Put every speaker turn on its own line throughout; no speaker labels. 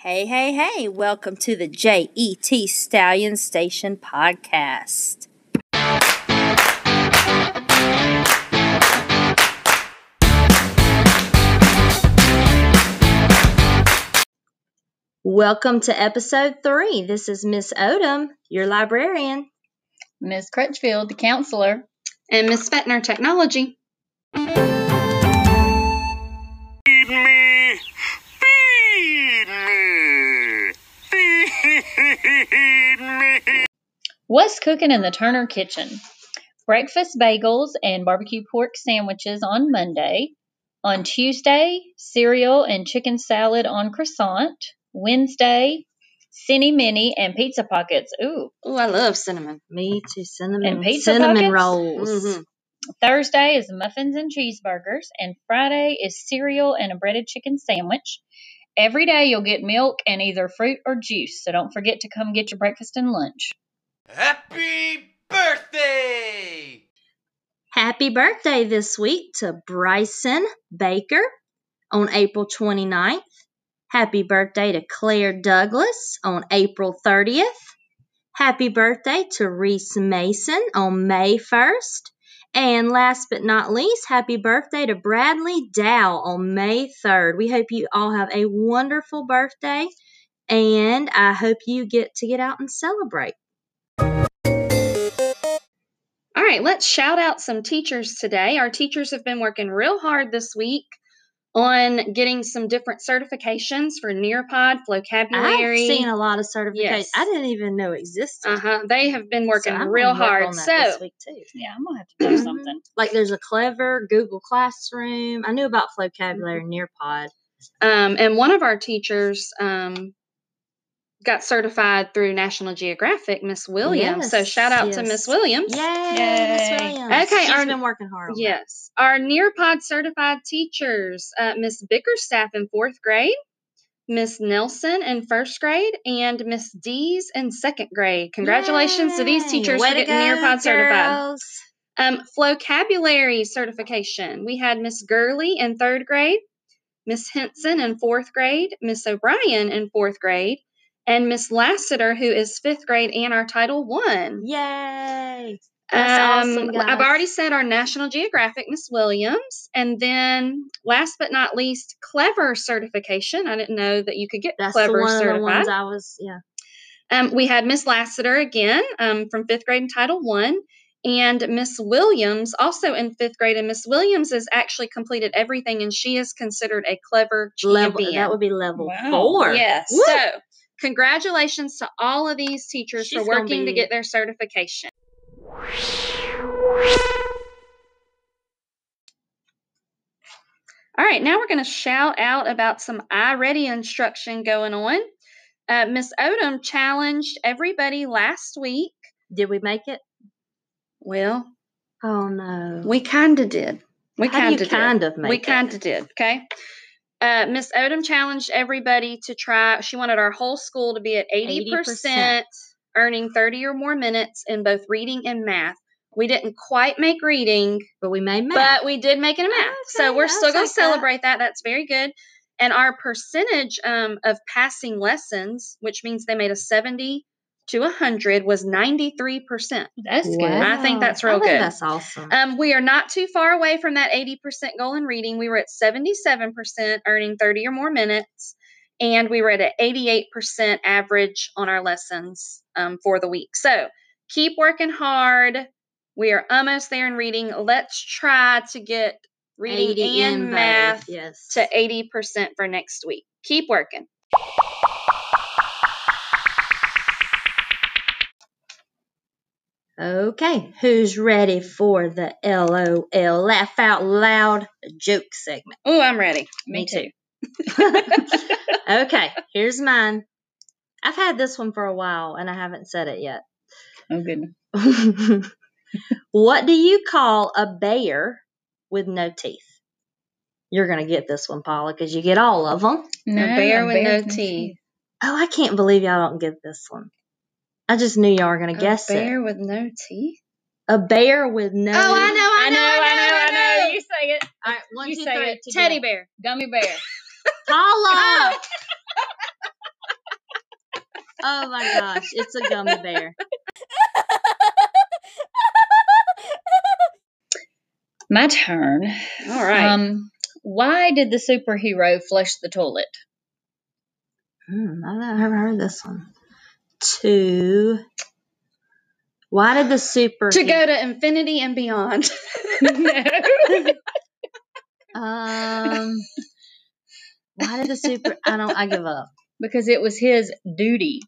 Hey, hey, hey, welcome to the JET Stallion Station podcast. Welcome to episode three. This is Miss Odom, your librarian,
Ms. Crutchfield, the counselor.
and Miss Fetner Technology.
Feed me! Feed me! Feed me!
What's cooking in the Turner kitchen? Breakfast bagels and barbecue pork sandwiches on Monday. On Tuesday, cereal and chicken salad on croissant. Wednesday, Cinny Mini and pizza pockets. Ooh.
Oh, I love cinnamon.
me to cinnamon
And pizza
cinnamon
pockets?
rolls.
Mhm.
Thursday is muffins and cheeseburgers. And Friday is cereal and a breaded chicken sandwich. Every day you'll get milk and either fruit or juice. So don't forget to come get your breakfast and lunch.
Happy birthday!
Happy birthday this week to Bryson Baker on April 29th. Happy birthday to Claire Douglas on April 30th. Happy birthday to Reese Mason on May 1st. And last but not least, happy birthday to Bradley Dow on May 3rd. We hope you all have a wonderful birthday and I hope you get to get out and celebrate.
All right, let's shout out some teachers today. Our teachers have been working real hard this week on getting some different certifications for Nearpod,
I've
vocabulary.
seen a lot of certifications
Yes.
I didn't even know existed.
uh huh. They have been working
So I'm
real
gonna work
hard.
on that
So,
this week too.
Yeah, I'm going to have
Mm-hmm.
to do something.
like, there's a clever Google Classroom. I knew about vocabulary and Nearpod.
um, and one of our teachers um, got certified through National Geographic, Miss Williams. so,
Yes,
shout out to
yes.
Miss Williams.
Yay,
Yay.
Miss Williams.
Okay,
she's
our-
been working hard. On that.
Yes. Our Nearpod certified teachers, uh, Miss Bickerstaff in fourth grade, Miss Nelson in first grade, and Miss Dees in second grade. Congratulations to these
Yay.
teachers
Way
for
to
getting Nearpod
go,
certified.
girls.
Um, vocabulary certification. We had Miss Gurley in third grade, Miss Henson in fourth grade, Miss O'Brien in fourth grade, and Miss Lassiter, who is fifth grade and our Title One.
Yay! That's
Um,
awesome,
I've
guys.
already said our National Geographic, Miss Williams, and then last but not least, Clever certification. I didn't know that you could get
That's
Clever
the one of the
certified.
ones I was. Yeah,
um, we had Miss Lassiter again um, from fifth grade in Title One, and Miss Williams also in fifth grade. And Miss Williams has actually completed everything, and she is considered a Clever
level.
champion.
That would be level
Wow.
four.
Yes.
Woo!
So, congratulations to all of these teachers
She's
for
gonna
working to
be-
get their certification. All right, now we're going to shout out about some iReady instruction going on. Uh, Miss Odom challenged everybody last week.
Did we make it?
Well,
Oh no.
we kind of did. We
How do
kind
you
of did.
kind of make
we
it?
kind of did. Okay. Uh, Miss Odom challenged everybody to try. She wanted our whole school to be at 80%,
80%.
earning 30 or more minutes in both reading and math. We didn't quite make reading,
but we made math.
but we did make it a math. so
Okay,
we're
I
still going
like
to
that.
celebrate that. That's very good. And our percentage um, of passing lessons, which means they made a 70 to 100, was 93%.
That's good.
I think that's
Wow.
real
I think
good.
That's awesome.
Um, we are not too far away from that 80% goal in reading. We were at 77%, earning 30 or more minutes, and we were at an 88% average on our lessons um, for the week. So keep working hard. We are almost there in reading. Let's try to get reading
80
and
in both,
math
Yes.
to 80% for next week. Keep working.
Okay, who's ready for the LOL laugh out loud joke segment?
Oh, I'm ready.
Me too. Okay, here's mine. I've had this one for a while and I haven't said it yet.
Oh, goodness.
what do you call a bear with no teeth? You're going to get this one, Paula, because you get all of them.
No,
a bear
a
with no
with
teeth.
Oh, I can't believe y'all don't get this one. I just knew y'all were going to guess
a bear
it.
with no teeth.
A bear with no
Oh, I know, I know, I know, I know.
You say it.
All right, one,
You
two,
say
three,
it.
together.
Teddy bear.
Gummy bear.
Paula! Oh my gosh, it's a gummy bear.
My turn.
All right.
Um, why did the superhero flush the toilet?
Hmm, I've never heard this one. Two. Why did the super
to go to infinity and beyond.
no.
Um. Why did the super? I don't. I give up.
Because it was his duty.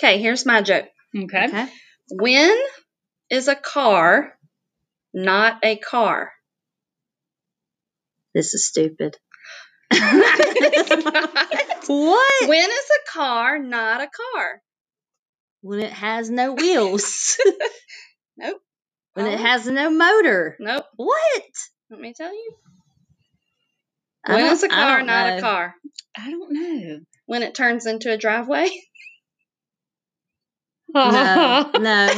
okay, here's my joke.
Okay.
Okay.
When is a car not a car?
This is stupid.
when
What?
is a car not a car?
When it has no wheels.
Nope.
When it
Oh.
has no motor.
Nope.
What?
Let me tell you.
I
When
don't-
is a
I
car
don't
not a
know.
car?
I don't know.
When it turns into a driveway?
No. No. no.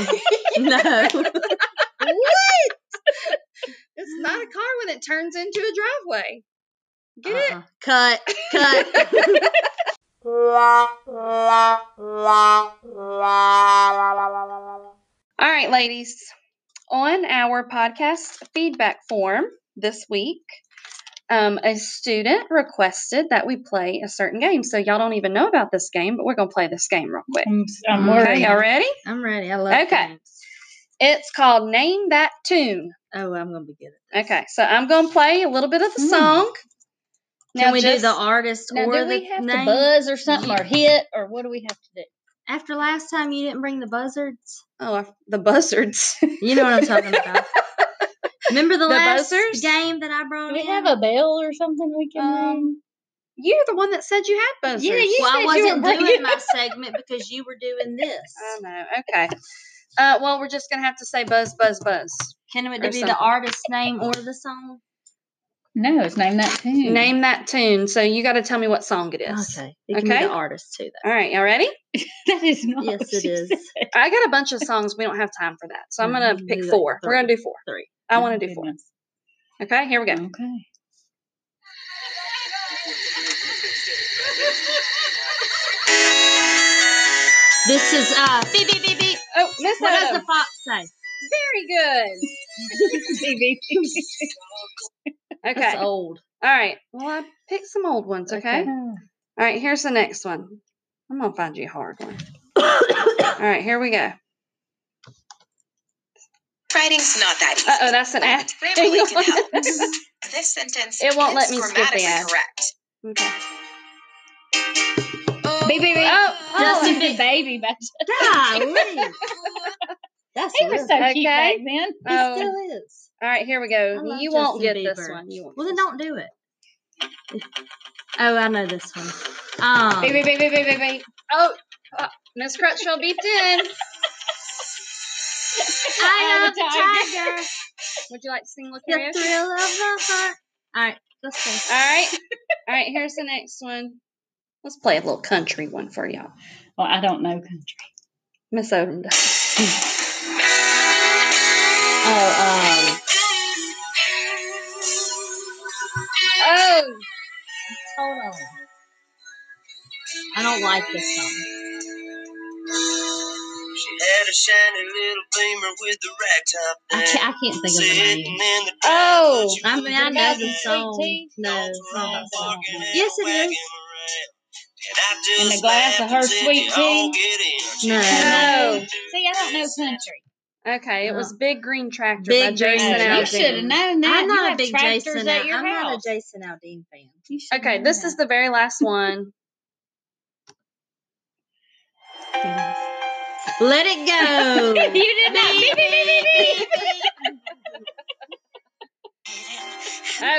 It's not a car when it turns into a driveway. Get it?
Uh-huh.
Uh-uh. Cut. Cut.
All right, ladies. On our podcast feedback form this week, um, a student requested that we play a certain game. So y'all don't even know about this game, but we're gonna play this game real quick.
I'm, I'm
Okay,
worried.
Okay, y'all ready?
I'm ready. I love.
Okay.
games.
It's called Name That Tune.
Oh, I'm gonna be good. At this.
Okay, so I'm gonna play a little bit of the
Hmm.
song.
Can we
just-
do the artist
Now,
or
do
the
we have to
name?
buzz or something or hit or what do we have to do?
After last time, you didn't bring the buzzards.
Oh, I- the buzzards.
You know what I'm talking about. Remember the,
The
last
buzzers?
game that I brought
Do we
in?
have a bell or something we can
Um,
ring?
You're the one that said you had buzzards.
Yeah, you
well, I
said you were
wasn't doing
bringing- Um,
my segment because you were doing this.
Oh no. Okay. Uh, well, we're just gonna have to say buzz, buzz, buzz.
Can it
or
be
something.
the artist's name or the song?
No, it's name that tune.
Name that tune. So you got to tell me what song it is.
Hmm. Okay. It can
Okay.
be the artist too,
All right, y'all ready?
that is not.
though. Yes,
what
it
Oh, she
is.
said.
I got a bunch of songs. We don't have time for that, so I'm gonna
Mm,
pick
do like
four. We're gonna
three.
do four.
Three. Mm.
I
Oh,
want to do four.
goodness.
Okay, here we go.
Okay.
This is uh. Beep beep beep beep.
Oh, Miss
What does
Odom.
the fox say?
very good. Okay.
That's
All
old.
right. Well, I picked some old ones. Okay. All right. Here's the next one. I'm gonna find you a hard one. All right. Here we go.
Writing's not that easy.
Uh oh, that's an ad.
Grammarly
Hang
can
on.
help. this sentence
It won't
is
let me skip the
grammatically
ad.
correct.
Okay.
Oh,
Baby, baby.
Oh,
Justin
Justin
Bieber.
baby back then.
Golly. That's
He was
real.
so um,
Okay.
cute back then.
He
Oh,
still is.
all right. Here we
I
go.
love
You won't get
Justin
this
Bieber.
one. You won't.
Well,
get
then
this
don't do it. Oh, I know this one. Um,
Baby, baby, baby, baby.
one. Oh, uh, Miss Crutchfield beeped in.
I
Eye
am the tiger.
Would you like to sing "Look
The thrill of the hunt. All right, let's go.
All right. All right, here's the next one. Let's play a little country one for y'all.
Well, I don't know country.
Miss Odom does.
Oh, um,
Oh,
hold on. I don't like this song.
She had a shiny little beamer with the rag top
I
down.
can't, I can't think of the
Sitting
name.
in the
Oh,
couch,
I mean, I know the song.
Sweet
No,
dogs
it's
were
not
all
that song.
barking and
Yes, it
wagging
is.
around. And I just
And a glass of her
laughed and said,
sweet
"You all
tea."
get in."
No.
No.
See, I don't know country.
okay. It was Big Green Tractor by
Big Green
Jason
Tractor.
Oh, you
Aldean.
should have
Aldean.
known that.
I'm
You
not a
have
big
tractors
Jason.
At
Al-
your
I'm
house.
not a Jason Aldean fan.
You should
Okay,
know
this
that.
is the very last one.
Let it go.
you did not.
Beep, beep, beep, beep.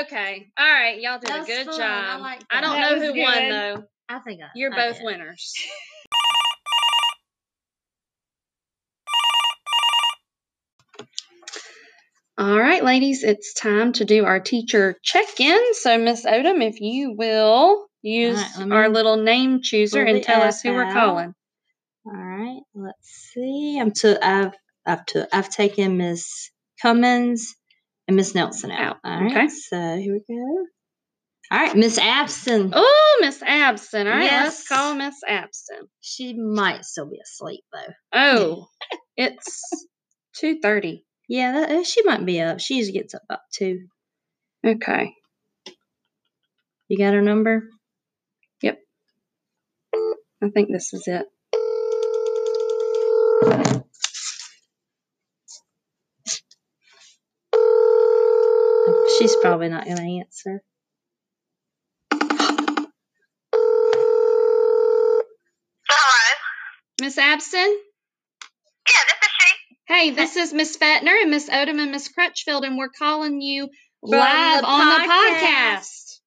Okay. All right, y'all did
That
a
was
good
fun.
job.
I like
I don't
that.
know
That
who
was
won
good.
though.
I think I,
You're
I
both
did.
winners. All right, ladies, it's time to do our teacher check-in. So, Miss Odom, if you will use
right, let
our
me
little name chooser
pull
and
the
tell us
app
who we're
out.
calling.
All right, let's see. I'm to I've I've to I've taken Miss Cummins, and Miss Nelson out. All right.
Okay.
So here we go. All right, Miss Abson.
Oh, Miss Abson. All right,
Yes.
let's call Miss Abson.
She might still be asleep though.
Oh, it's two thirty.
Yeah, that, uh, she might be up. She usually gets up about two.
Okay.
You got her number?
I think this is it.
She's probably not going to answer.
Hello.
Miss Abson?
Yeah, this is she.
Hey, this is Miss Fetner and Miss Odom and Miss Crutchfield, and we're calling you
the
live on the
podcast.
podcast.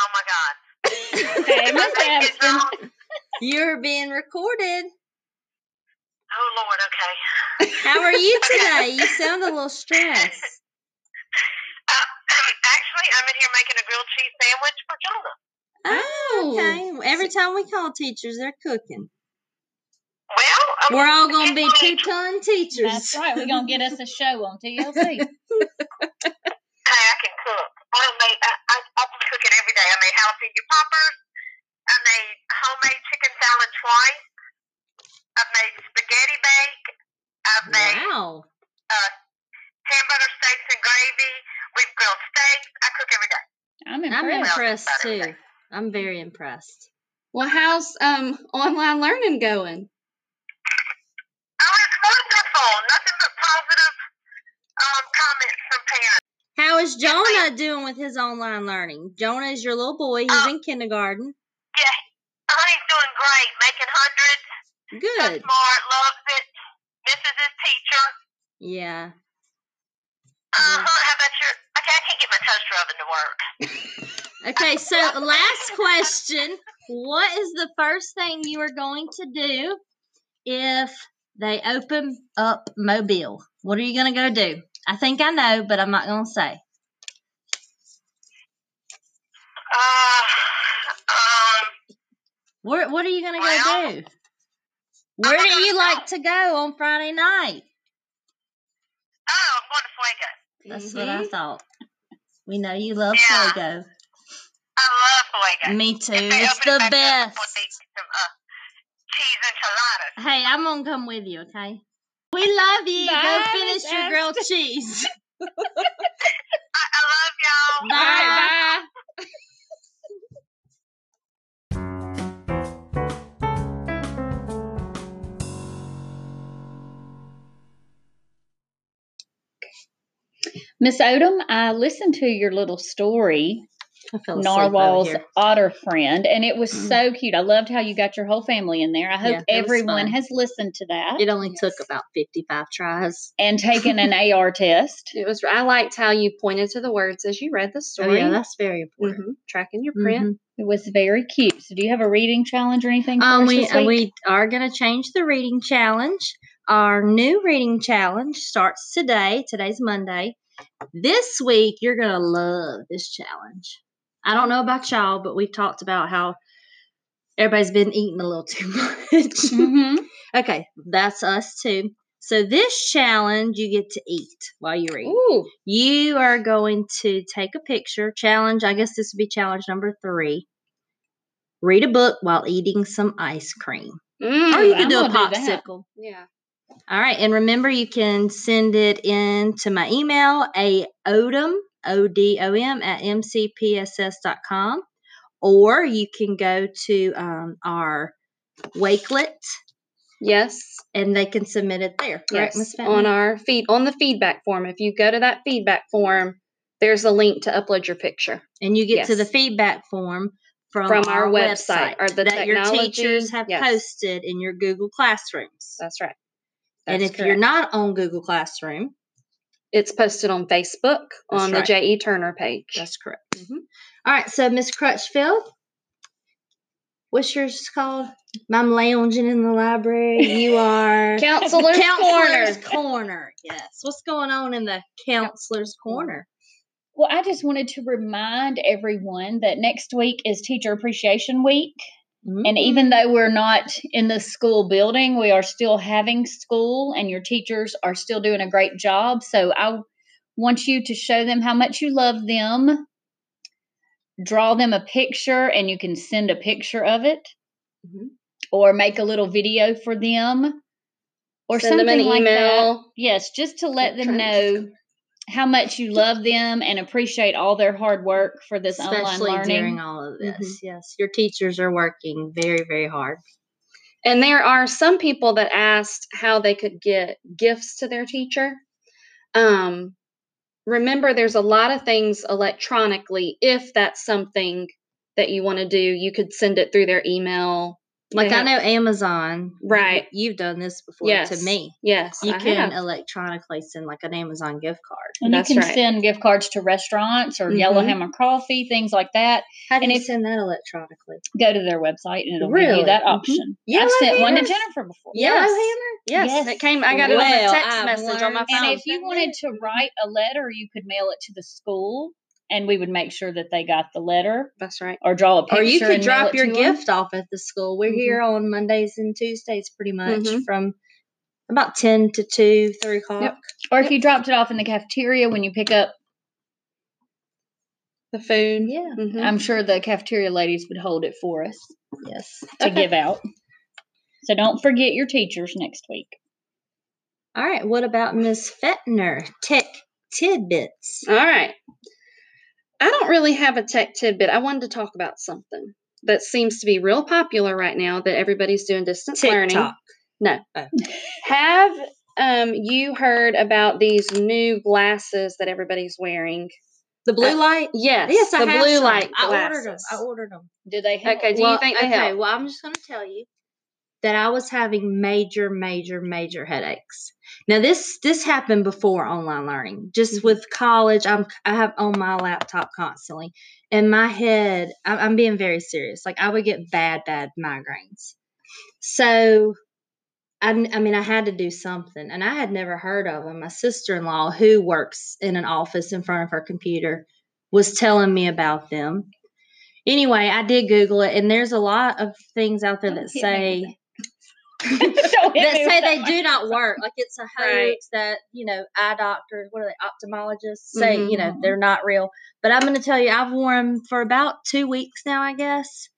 Oh my God.
Hey, Miss Abson.
You're being recorded.
Oh Lord. Okay.
How are you today? You sound a little stressed. Oh,
Actually, I'm in here making a grilled cheese sandwich for Jonah.
Oh, okay. Every time we call teachers, they're cooking.
Well, um,
We're all going to be two ton teachers.
That's right. We're gonna get us a show on TLC.
hey, I can cook. I don't make. I, I, I've been cooking every day. I made jalapeno poppers. I made homemade chicken salad twice. I've made spaghetti bake. I've made
Wow.
hamburger steaks and gravy. We've grilled steaks. I cook every day.
I'm
I'm
impressed.
impressed too. I'm very impressed.
Well, how's um online learning going?
Oh, it's wonderful. Nothing but positive um, comments from parents.
How is Jonah doing with his online learning? Jonah is your little boy. He's
Oh.
in kindergarten.
Oh, he's doing great, making hundreds. So
Good.
smart, loves it. This is his teacher.
Yeah.
Uh huh. How about your? Okay, I can't get my toaster
Okay, so
oven to work.
last question. What is the first thing you are going to do if they open up Mobile? What are you going to go do? I think I know, but I'm not going to say.
Uh, um,
What What are you going to go
Well,
do? Where do you like to go on Friday night?
oh, I'm going to Fuego.
That's
Mhm.
what I thought. We know you love
Mm-hmm. Yeah.
Fuego.
I love Fuego.
Me too.
If they
It's
open it
the
back up,
best.
I'm gonna eat some uh, cheese enchiladas.
Hey, I'm going to come with you, okay? We love you. Go
Bye,
finish
Miss
your grilled cheese.
I, I love y'all.
Bye.
Bye.
Miss Odom, I listened to your little story
I fell asleep over
narwhal's
here. Mm-hmm.
otter friend and it was so cute i loved how you got your whole family in there i
Yeah,
hope
it was
everyone
fun.
has listened to that
It only
Yes.
took about 55 tries.
and taken an ar test
It was. I liked how you pointed to the words as you read the story.
Oh, that's very important.
Mhm. Tracking your
Mm-hmm.
print.
it was very cute so do you have a reading challenge or anything for
Um,
us
we
this week?
we are going to change the reading challenge. Our new reading challenge starts today. Today's Monday. This week, you're going to love this challenge. I don't know about y'all, but we talked about how everybody's been eating a little too much.
Mhm.
okay, that's us too. So this challenge, you get to eat while you read.
Ooh.
You are going to take a picture challenge. I guess this would be challenge number three. Read a book while eating some ice cream.
Mm.
Or you
Ooh,
could
I'm
do a
gonna do that.
popsicle.
Yeah.
All right. And remember, you can send it in to my email, a odom, O D O M, at mcpss.com. Or you can go to um, our Wakelet
Yes.
and they can submit it there. Correct, Miss
yes. On
Fatman?
our feed on the feedback form. If you go to that feedback form, there's a link to upload your picture.
and you get to the
Yes.
feedback form from,
From our website or the
that your
technology-
teachers have
yes.
posted in your Google Classrooms.
That's right.
and
That's
if you're not
correct.
on Google Classroom,
it's posted on Facebook
That's
on
right.
the J.E. Turner page.
that's correct. mm-hmm. All right, so Miss Crutchfield, what's yours called? I'm lounging in the library. You are
Counselor's,
Counselor's
Corner.
corner. Yes. What's going on in the counselor's corner?
well i just wanted to remind everyone that next week is teacher appreciation week
Mm-hmm.
and even though we're not in the school building we are still having school and your teachers are still doing a great job so i wants you to show them how much you love them, draw them a picture, and you can send a picture of it,
Mm-hmm.
Mhm.
or make a little video for them, or
Send them
something
an
like that.
email.
Yes, just to let them
Electronic.
know how much you love them and appreciate all their hard work for this
Mm-hmm. especially
online learning.
during all of
Mm-hmm.
this. Yes, your teachers are working very, very hard.
And there are some people that asked how they could get gifts to their teacher. Um, remember, there's a lot of things electronically. If that's something that you want to do, you could send it through their email.
Like
They
I
have-
know Amazon,
Right.
You've done this before
yes,
to me.
Yes,
You
I
can
have.
electronically send like an Amazon gift card.
And
That's
you can
right.
send gift cards to restaurants or
Mhm.
Yellowhammer Coffee, things like that.
How do
And
you
if-
send that electronically?
Go to their website and it'll give
Really?
you that
Mhm.
option. I've sent
Yellowhammer?
one to Jennifer before.
Yes.
Yellowhammer?
Yes,
Yes.
it came. I got it
Well,
on a text
I've
message on my
learned
phone.
And if you wanted to write a letter, you could mail it to the school, and we would make sure that they got the letter
that's right.
or draw a picture.
Or you could
and mail
drop
it
your
to 'em.
gift off at the school. We're
Mhm.
here on Mondays and Tuesdays pretty much
Mhm.
from about 10 to 2, 3 o'clock.
Or if you dropped it off in the cafeteria when you pick up,
The food.
Yeah.
Mhm.
I'm sure the cafeteria ladies would hold it for us
Yes.
to
Okay.
give out. So don't forget your teachers next week.
All right. What about Miss Fetner? Tech tidbits.
All right. I don't really have a tech tidbit. I wanted to talk about something that seems to be real popular right now that everybody's doing distance learning.
TikTok.
Have um, you heard about these new glasses that everybody's wearing?
The blue light.
Yes,
Yes, I
the
have
blue
some.
light
I
glasses.
ordered them. I ordered them.
Do they help?
Okay, do you think they
okay,
help?
well, I'm just going to tell you that I was having major, major, major headaches. Now this this happened before online learning. Just
Mm-hmm.
with college, I'm I have on my laptop constantly, and my head. I- I'm being very serious. Like I would get bad, bad migraines. So. I, kn- I mean, I had to do something, and I had never heard of them. My sister in law, who works in an office in front of her computer, was telling me about them. Anyway, I did Google it, and there's a lot of things out there
Don't
that
hit me
say
with Don't hit
that say
me with
they
that.
do not work. Like it's a hoax
Right.
that you know eye doctors, what are they, ophthalmologists say you know
Mhm.
they're not real. But I'm going to tell you, I've worn them for about two weeks now, I guess,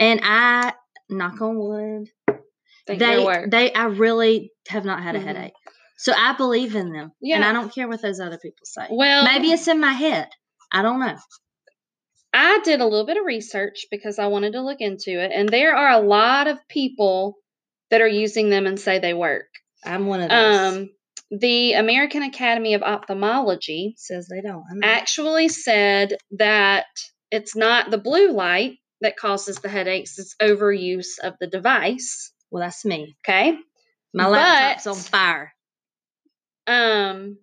and I knock on wood,
Think they,
they
work.
they I really have not had a
Mhm.
headache. So I believe in them, and
Yeah.
I don't care what those other people say.
well,
Maybe it's in my head. I don't know.
I did a little bit of research because I wanted to look into it, and there are a lot of people that are using them and say they work.
I'm one of those.
Um, the American Academy of Ophthalmology
Says they don't. I know.
actually said that it's not the blue light that causes the headaches, it's overuse of the device.
well, that's me.
Okay.
My
But-
laptop's on fire.
Um,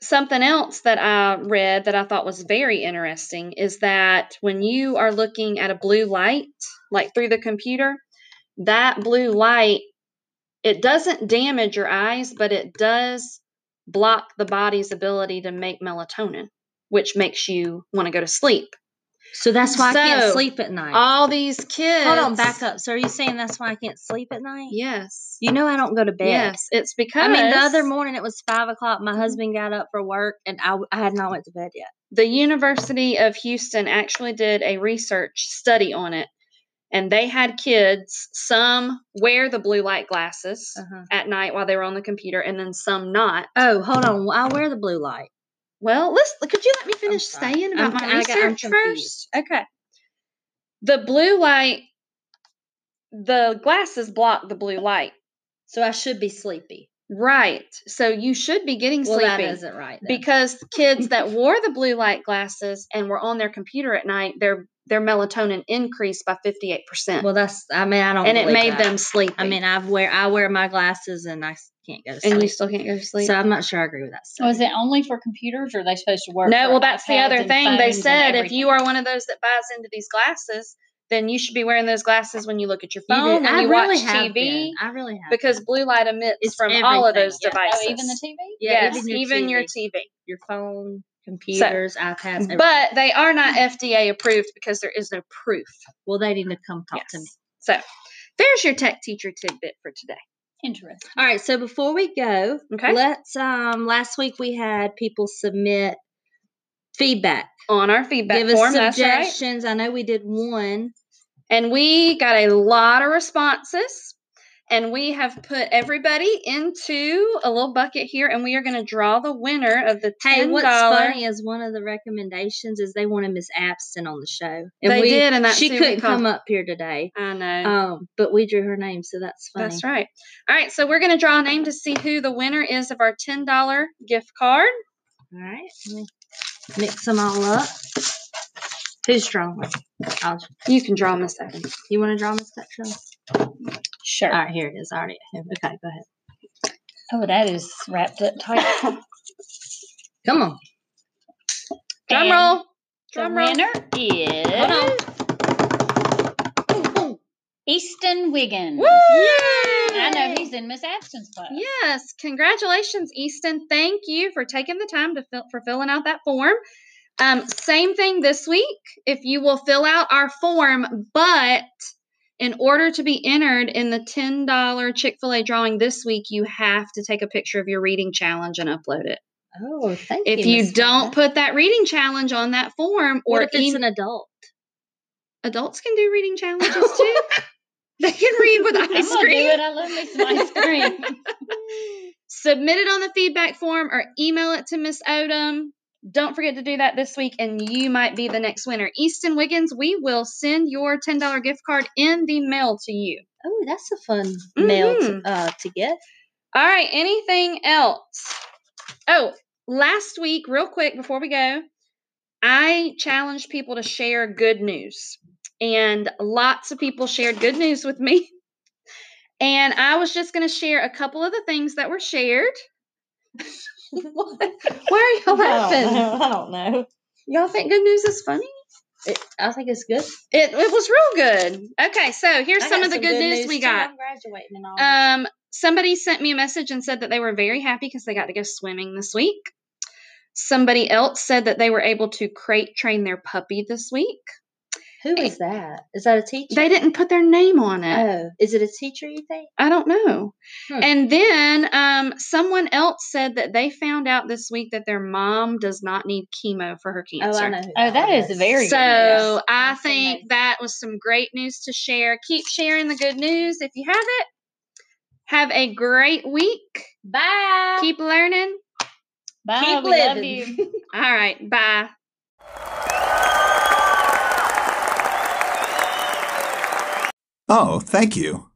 something else that I read that I thought was very interesting is that when you are looking at a blue light, like through the computer, that blue light, it doesn't damage your eyes, but it does block the body's ability to make melatonin, which makes you want to go to sleep.
So that's why I can't
So,
sleep at night.
all these kids.
Hold on, back up. So are you saying that's why I can't sleep at night?
Yes.
You know I don't go to bed.
Yes, it's because
I mean, the other morning it was five o'clock.
Mm-hmm.
My husband got up for work, and I, I had not went to bed yet.
the University of Houston actually did a research study on it, and they had kids. Some wear the blue light glasses at night while they were on the computer, and then some not.
Oh, hold on. Well, I wear the blue light.
Well, let's. Could you let me finish
sorry.
saying about
I'm-
my
I got- I'm
research first? Okay. The blue light. The glasses block the blue light.
So I should be sleepy.
Right. So you should be getting
Well,
sleepy.
that isn't right. then.
because kids that wore the blue light glasses and were on their computer at night, their their melatonin increased by fifty eight percent,
well, that's. I mean, I don't.
and it
believe
made
that.
them sleepy.
I mean, I wear I wear my glasses, and I s- can't go to
and you
sleep.
still can't go to sleep.
So I'm not sure I agree with that.
Oh,
study.
is it only for computers, or are they supposed to work?
no,
for
well, that's the
iPads
other
and
thing. They
phones and
said if
everything?
you are one of those that buys into these glasses, then you should be wearing those glasses when you look at your
You do-
phone, when
I
you
really
watch
have
TV,
been. I really have.
because
been.
blue light emits
It's
from all of
everything,
those
yeah.
devices.
Oh, even the TV.
Yeah,
yes,
even your
even your
TV.
TV.
your phone, computers, iPads, everything.
But they are not FDA approved because there is no proof.
well, they need to come talk to me.
Yes. So there's your tech teacher tidbit for today.
Interesting.
All right, so before we go,
Okay.
let's um last week we had people submit feedback.
On our feedback
Give
form,
us
that's right.
suggestions. I know we did one.
And we got a lot of responses. And we have put everybody into a little bucket here, and we are going to draw the winner of the $10.
Hey, what's funny is one of the recommendations is they wanted Miss Abston on the show. And
They
we,
did, and that's
she
who we
couldn't
called.
come up here today.
I know.
Um, but we drew her name, so that's Oh, funny.
That's right. All right, so we're going to draw a name to see who the winner is of our $10 gift card.
All right, let me mix them all up. Who's drawing? I'll,
You can draw Miss Evans.
you want to draw Miss Petra?
Sure.
All right, here it is. I already have. Okay, go ahead.
Oh, that is wrapped up tight.
Come on.
Drum
And
roll.
The
Drum roll.
winner is Easton Wiggins.
Woo!
I know he's in Miss Ashton's class.
Yes, congratulations, Easton. Thank you for taking the time to fill, for filling out that form. Um, same thing this week. If you will fill out our form, but in order to be entered in the ten dollar Chick fil A drawing this week, you have to take a picture of your reading challenge and upload it.
Oh, thank
If
you.
you
Miss
don't
Petra.
put that reading challenge on that form, or
what if it's
em-
an adult?
adults can do reading challenges too. they can read with
I'm
ice
gonna do
cream.
it. I love me some ice cream.
submit it on the feedback form or email it to Miss Odom. Don't forget to do that this week, and you might be the next winner. Easton Wiggins, we will send your $10 gift card in the mail to you.
Oh, that's a fun mail to,
Mhm.
uh, to get.
All right, anything else? Oh, last week, real quick before we go, I challenged people to share good news, and lots of people shared good news with me. And I was just going to share a couple of the things that were shared. Why are y'all laughing?
I don't know.
Y'all think good news is funny?
It, I think it's good.
It, it was real good. Okay, so here's
I
some
got
of the good, news, we
too.
got.
I'm graduating and all. that.
Um, somebody sent me a message and said that they were very happy because they got to go swimming this week. Somebody else said that they were able to crate train their puppy this week.
Who is that? Is that a teacher?
They didn't put their name on it.
Oh, is it a teacher? You think?
I don't know.
Hmm.
And then um, someone else said that they found out this week that their mom does not need chemo for her
Oh,
cancer.
I know. Who
Oh, that is very good
So
news.
I
That's
think
amazing.
that was some great news to share. Keep sharing the good news if you have it. Have a great week.
Bye.
Keep learning.
Bye.
Keep
we love
living.
you.
All right. Bye.
Oh, thank you.